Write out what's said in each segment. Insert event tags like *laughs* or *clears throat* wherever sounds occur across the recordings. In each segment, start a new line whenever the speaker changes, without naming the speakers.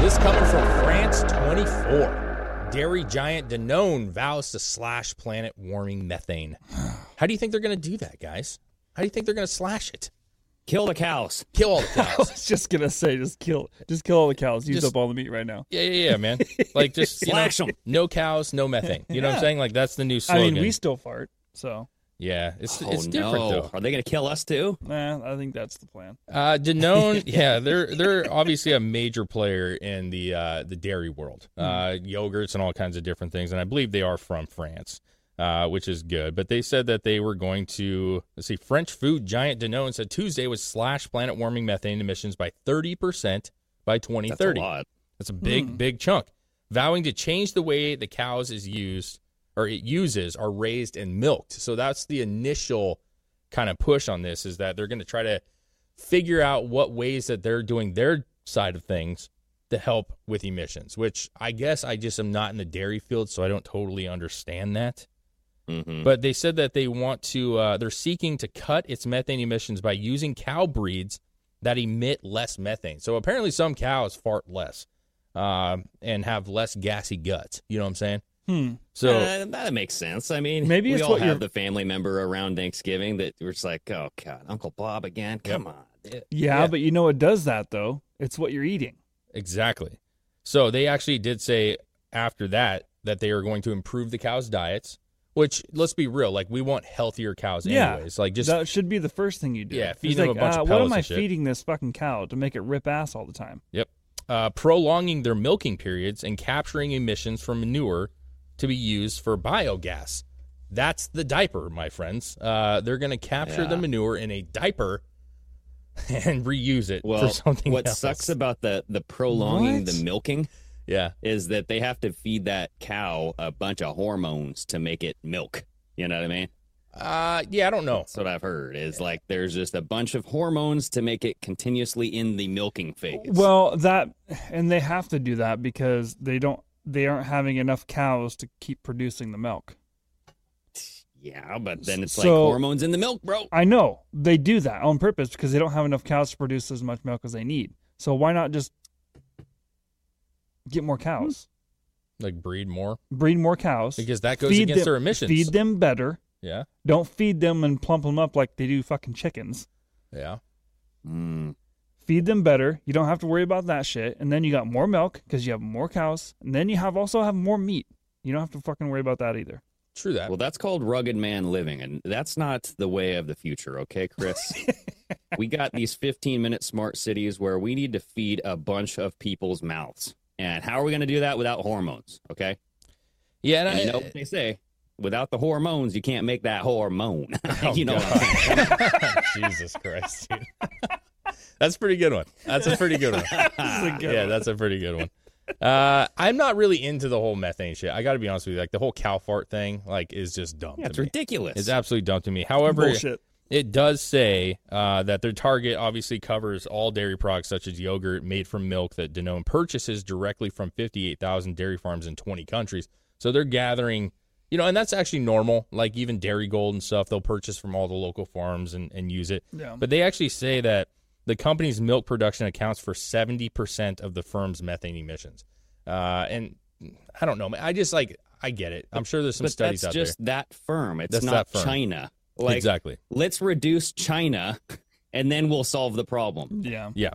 This coming from France 24. Dairy giant Danone vows to slash planet warming methane. How do you think they're going to do that, guys? How do you think they're going to slash it?
Kill the cows.
Kill
*laughs*
all the
I
cows.
was just gonna say, just kill, just kill all the cows. Use
Just-
up all the meat right now.
yeah, yeah, yeah, man. Like just you know,
Slash 'em.
No cows, no methane. You know what I'm
Yeah.
saying? Like that's the new slogan.
I mean, we Oh, still fart, so
yeah, it's it's
Oh,
different though.
Are they going to kill us too?
nah, I think that's the plan.
Uh,
*laughs*
Danone, yeah, they're they're obviously a major player in the uh, the dairy world,
Hmm.
uh, yogurts and all kinds of different things, and I believe they are from France, uh, which is good. But they said that they were going to let's see, French food giant Danone said Tuesday would slash planet warming methane emissions by thirty percent by twenty
That's a
thirty.
lot.
That's a big big chunk, vowing to change the way the cows is used or it uses are raised and milked. So that's the initial kind of push on this is that they're going to try to figure out what ways that they're doing their side of things to help with emissions, which I guess I just am not in the dairy field, so I don't totally understand that.
Mm-hmm.
But they said that they want to, uh, they're seeking to cut its methane emissions by using cow breeds that emit less methane. So apparently, some cows fart less uh, and have less gassy guts. You know what I'm saying?
Hmm.
So
uh, that makes sense. I mean,
Maybe
we
it's
all
what
have
you're-
the family member around Thanksgiving that we're just like, oh God, Uncle Bob again. Come on.
Yeah,
eh, Yeah.
but you know what does that though? It's what you're eating.
Exactly. So they actually did say after that that they are going to improve the cows' diets, which let's be real, like we want healthier cows
Yeah.
anyways. Like just
that should be the first thing you do.
Yeah,
It's
feed them
like,
a bunch of
uh, What
pellets
am I
and shit."
feeding this fucking cow to make it rip ass all the time?
uh, prolonging their milking periods and capturing emissions from manure to be used for biogas. That's the diaper, my friends. Uh, they're going to capture the
Yeah.
manure in a diaper *laughs* and reuse it for
Well,
something
what
else.
sucks about the the prolonging
What?
the milking
yeah.
is that they have to feed that cow a bunch of hormones to make it milk. You know what I mean?
Uh, yeah, I don't know.
That's what I've heard. Is like there's just a bunch of hormones to make it continuously in the milking phase.
Well, that and they have to do that because they don't they aren't having enough cows to keep producing the milk.
yeah, but then it's like
So-
hormones in the milk, bro.
I know they do that on purpose because they don't have enough cows to produce as much milk as they need. So why not just get more cows,
Like breed more
breed more cows,
Hmm. because that goes against
them,
their emissions.
Feed them better.
Yeah.
Don't feed them and plump them up like they do fucking chickens.
Yeah.
Mm.
Feed them better. You don't have to worry about that shit. And then you got more milk because you have more cows. And then you have also have more meat. You don't have to fucking worry about
*laughs*
that either.
True that.
Uh, Well, that's called rugged man living, and that's not the way of the future, okay,
*laughs*
Chris? we got these 15 minute smart cities where we need to feed a bunch of people's mouths. And how are we going to do that without hormones, okay?
Yeah,
And
and,
you
I,
know what they say without the hormones, you can't make that hormone. *laughs*
Oh,
you know what I'm
God. *laughs*
saying?
Jesus Christ, dude. *laughs* that's a pretty good one. That's a pretty good one.
*laughs*
Ah, yeah, that's a pretty good one. Uh, I'm not really into the whole methane shit. I got to be honest with you. Like the whole cow fart thing, like is just dumb.
Yeah,
to
it's
me.
ridiculous.
It's absolutely dumb to me. However,
Bullshit.
it does say uh, that their target obviously covers all dairy products such as yogurt made from milk that Danone purchases directly from 58,000 dairy farms in 20 countries. So they're gathering, you know, and that's actually normal. Like even Dairy Gold and stuff, they'll purchase from all the local farms and, and use it.
Yeah.
But they actually say that the company's milk production accounts for 70% of the firm's methane emissions. Uh, and I don't know. man. I just like, I get it. I'm sure there's some
but
studies
that's
out
just that firm. It's
That's
not
that firm.
China.
there.
Like,
exactly.
*laughs* let's reduce China and then we'll solve the problem.
Yeah.
Yeah.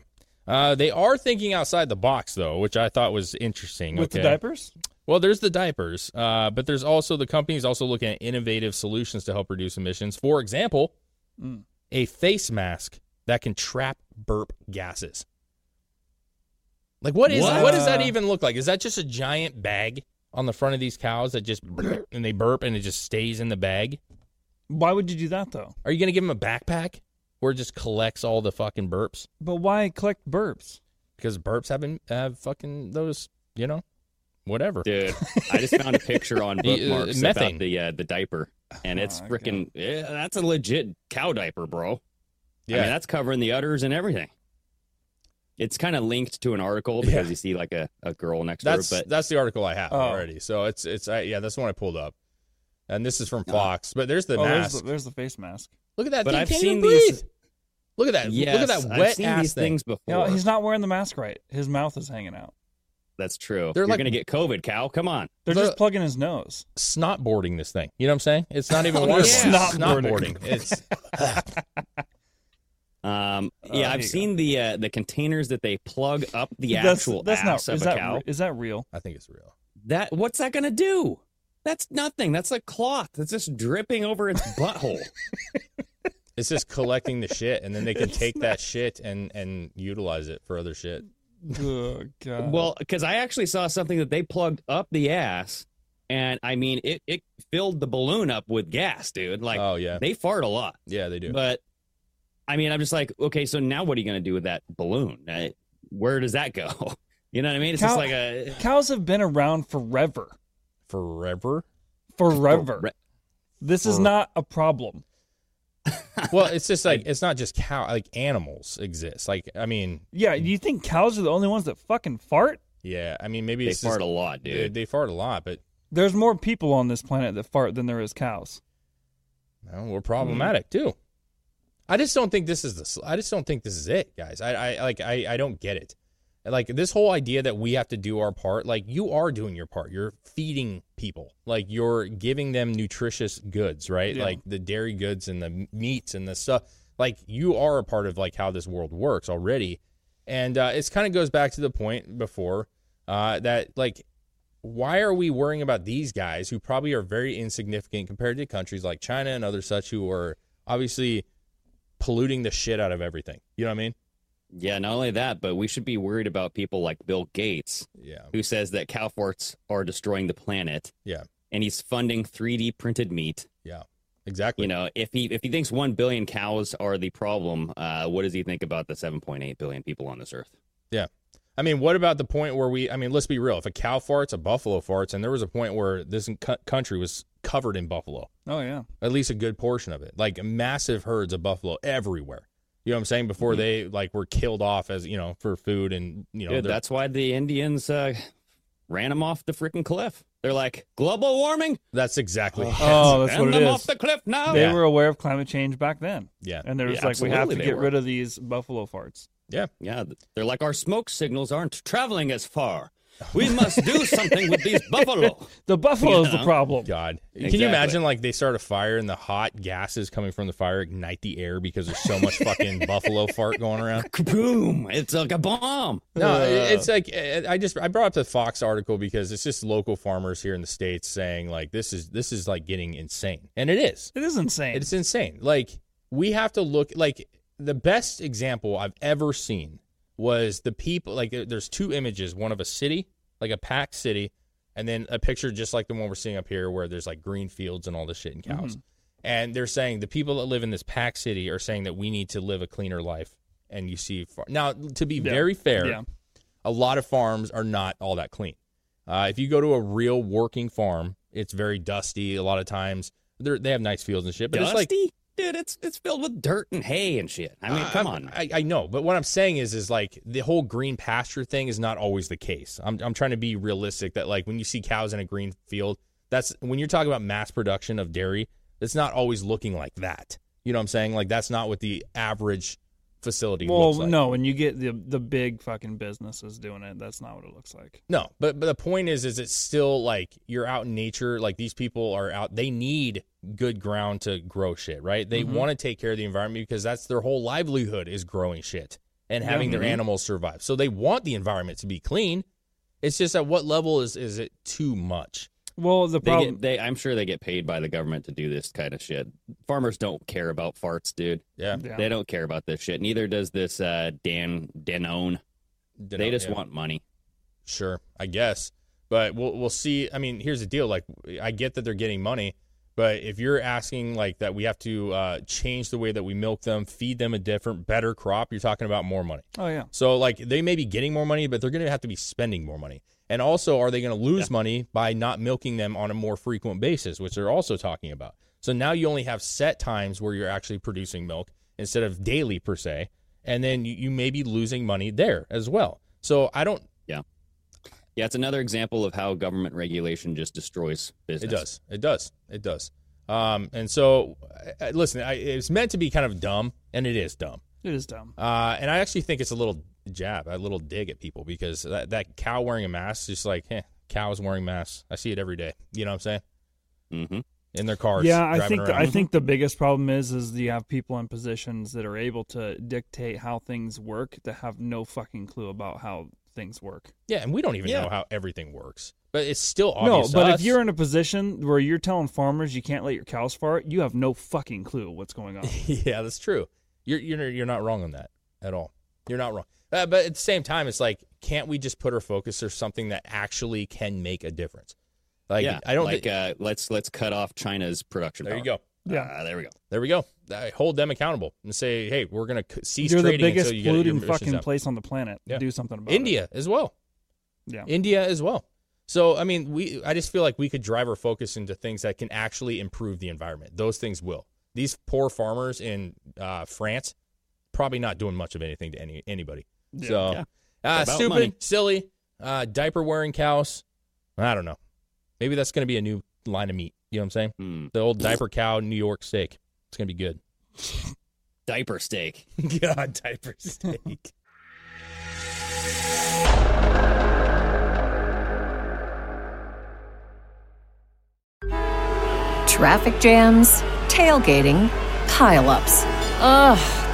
Uh, they are thinking outside the box though, which I thought was interesting.
With
okay.
the diapers?
Well, there's the diapers, uh, but there's also the company's also looking at innovative solutions to help reduce emissions. For example,
Mm.
a face mask that can trap burp gases. Like what is
What?
what does that even look like? Is that just a giant bag on the front of these cows that just *clears throat* and they burp and it just stays in the bag?
Why would you do that though?
Are you gonna give them a backpack where it just collects all the fucking burps?
But why collect burps?
Because burps have been have fucking those, you know, whatever.
Dude, I just
*laughs*
found a picture on
The, uh,
bookmarks
methane.
about the uh, the diaper, and it's
Oh,
freaking. Yeah, that's a legit cow diaper, bro. Yeah, I
Yeah.
mean, that's covering the udders and everything. It's kind of linked to an article because
Yeah.
you see like a, a girl next
That's
to her, but
that's the article I have
Oh.
already. So it's it's I, yeah, that's the one I pulled up, and this is from Fox. But there's the
oh, there's
mask.
the, there's the face mask.
Look at that.
But
thing
I've
can't
seen
even breathe.
these-
Look at that.
yes,
Look at that
I've
wet
seen
ass
these
thing.
things before.
No, he's not wearing the mask right. His mouth is hanging out.
That's true.
They're
You're
like-
gonna get COVID, cow. Come on.
They're
The-
just plugging his nose.
Snot boarding this thing. You know what I'm saying? It's
*laughs*
not even
Oh,
water.
yeah.
Snot
Snotboarding.
boarding. It's
Um,
Oh,
yeah,
there you
I've
go.
seen the uh, the containers that they plug up the
that's,
actual
that's
ass
not
of
is
a
that
cow.
re- is that real?
I think it's real.
That what's that gonna do? That's nothing. That's a cloth. That's just dripping over its butthole.
It's just collecting the shit, and then they
*laughs*
can take that shit and and utilize it for other shit.
*laughs*
oh
Uh-huh.
god.
well, because I actually saw something that they plugged up the ass, and I mean it it filled the balloon up with gas, dude. Like
oh yeah,
they fart a lot,
yeah they do.
but I mean I'm just like, okay, so now what are you gonna do with that balloon? Uh, where does that go? *laughs* You know what I mean? It's
Cow-
just like a
cows have been around forever.
Forever.
*laughs*
Forever.
Re-
This is
for-
not a problem.
Well, it's just like it's not just cow. Like animals exist. Like I mean,
Yeah, do you think cows are the only ones that fucking fart?
yeah. I mean, maybe
They
it's
fart a
just,
lot,
They,
dude.
they fart a lot, but
There's more people on this planet that fart than there is cows.
Well, we're problematic too. I just don't think this is the. s- I just don't think this is it, guys. I, I like. I, I don't get it. Like this whole idea that we have to do our part. Like you are doing your part. You're feeding people. Like you're giving them nutritious goods, right?
Yeah.
Like the dairy goods and the m- meats and the stuff. Like you are a part of like how this world works already, and uh, it's kind of goes back to the point before uh, that like why are we worrying about these guys who probably are very insignificant compared to countries like China and other such who are obviously polluting the shit out of everything? You know what I mean?
Yeah, not only that, but we should be worried about people like Bill Gates,
Yeah.
who says that cow farts are destroying the planet.
Yeah.
And he's funding 3D printed meat.
Yeah. Exactly.
You know, if he if he thinks one billion cows are the problem, uh, what does he think about the 7.8 billion people on this earth?
I mean, what about the point where we? I mean, let's be real. If a cow farts, a buffalo farts, and there was a point where this co- country was covered in buffalo,
Oh yeah.
at least a good portion of it, like massive herds of buffalo everywhere. You know what I'm saying? Before
Mm-hmm.
they like were killed off as you know for food and you know
Dude,
they're-
that's why the Indians uh, ran them off the freaking cliff. They're like global warming.
that's exactly
*sighs* Oh, that's
Send
what it
them
is.
off the cliff now.
They
Yeah.
were aware of climate change back then.
*laughs* yeah
And they're
Oh, Yeah,
just like, we have to
absolutely they
get
were.
rid of these buffalo farts.
Yeah, th- they're like our smoke signals aren't traveling as far.
*laughs*
We must do something with these buffalo. *laughs*
The buffalo's
Yeah.
the problem.
God. Can
Exactly.
you imagine like they start a fire and the hot gases coming from the fire ignite the air because there's so much fucking buffalo fart going around?
Kaboom! It's like a bomb.
No, it's like eh, I I just I brought up the Fox article because it's just local farmers here in the states saying like this is this is like getting insane. And it is.
It is insane.
It's insane. Like we have to look like the best example I've ever seen was the people like there- there's two images, one of a city, like a packed city, and then a picture just like the one we're seeing up here where there's like green fields and all this shit and cows.
Mm-hmm.
And they're saying the people that live in this packed city are saying that we need to live a cleaner life. And you see, far- now to be
Yeah.
very fair,
Yeah.
a lot of farms are not all that clean. Uh, if you go to a real working farm, it's very dusty a lot of times. They're, they have nice fields and shit, but
Dusty,
it's like
dude. It's it's filled with dirt and hay and shit. I mean,
Ah,
I-
come
Uh, I'm-
on.
I, I know, but what I'm saying is, is like the whole green pasture thing is not always the case. I'm, I'm trying to be realistic that like when you see cows in a green field, that's when you're talking about mass production of dairy. It's not always looking like that. You know what I'm saying? Like that's not what the average facility
Well,
looks like.
no, when you get the the big fucking businesses doing it, that's not what it looks like.
No, but but the point is, is it's still like you're out in nature. Like these people are out. They need good ground to grow shit, right? They want to take care of the environment because that's their whole livelihood is growing shit. and having their
Mhm.
animals survive. So they want the environment to be clean. It's just at what level is is it too much?
Well, the
They
problem
get, they, I'm sure they get paid by the government to do this kind of shit. Farmers don't care about farts, dude.
Yeah.
Yeah.
They don't care about this shit. Neither does this uh, Dan Danone. They
Dunno,
just
yeah.
want money.
Sure, I guess. But we'll we'll see. I mean, here's the deal. Like, I get that they're getting money, but if you're asking like that, we have to uh, change the way that we milk them, feed them a different, better crop. You're talking about more money.
Oh yeah.
So like, they may be getting more money, but they're going to have to be spending more money. And also, are they going to lose money by not milking them on a more frequent basis, which they're also talking about? So now you only have set times where you're actually producing milk instead of daily per se, and then you, you may be losing money there as well. So I don't
Yeah, it's another example of how government regulation just destroys business.
It does. It does. It does. Um, and so, I, I, listen, I, it's meant to be kind of dumb, and it is dumb.
It is dumb.
Uh, and I actually think it's a little jab, a little dig at people because that, that cow wearing a mask is just like, eh, cows wearing masks. I see it every day. You know what I'm saying?
hmm
In their cars.
yeah, I
driving
think the,
around.
I think the biggest problem is is you have people in positions that are able to dictate how things work that have no fucking clue about how things work.
yeah, and we don't even
Yeah.
know how everything works, but it's still obvious.
no, but
to
if
us.
you're in a position where you're telling farmers you can't let your cows fart, you have no fucking clue what's going on. *laughs*
yeah, that's true. You're you're you're not wrong on that at all. You're not wrong. Uh, but at the same time, it's like, can't we just put our focus or something that actually can make a difference? Like,
yeah,
I don't
like.
thi-
uh, let's let's cut off China's production.
there you
power.
go.
Yeah.
Ah, there we go.
There we go. I hold them accountable and say, hey, we're gonna c- cease
You're the
trading
biggest
until you get your
polluting
emissions
fucking
down.
place on the planet.
Yeah.
Do something about it.
India as well.
Yeah.
India as well. So I mean, we I just feel like we could drive our focus into things that can actually improve the environment. Those things will. These poor farmers in uh, France probably not doing much of anything to any anybody.
Yeah.
so
Yeah.
Uh,
About
stupid,
money.
silly, uh, diaper wearing cows. I don't know. Maybe that's going to be a new line of meat. You know what I'm saying?
Hmm.
The
*laughs*
old diaper cow New York steak. It's going to be good.
Diaper steak.
God, diaper steak.
Traffic jams, tailgating, pileups. Ugh,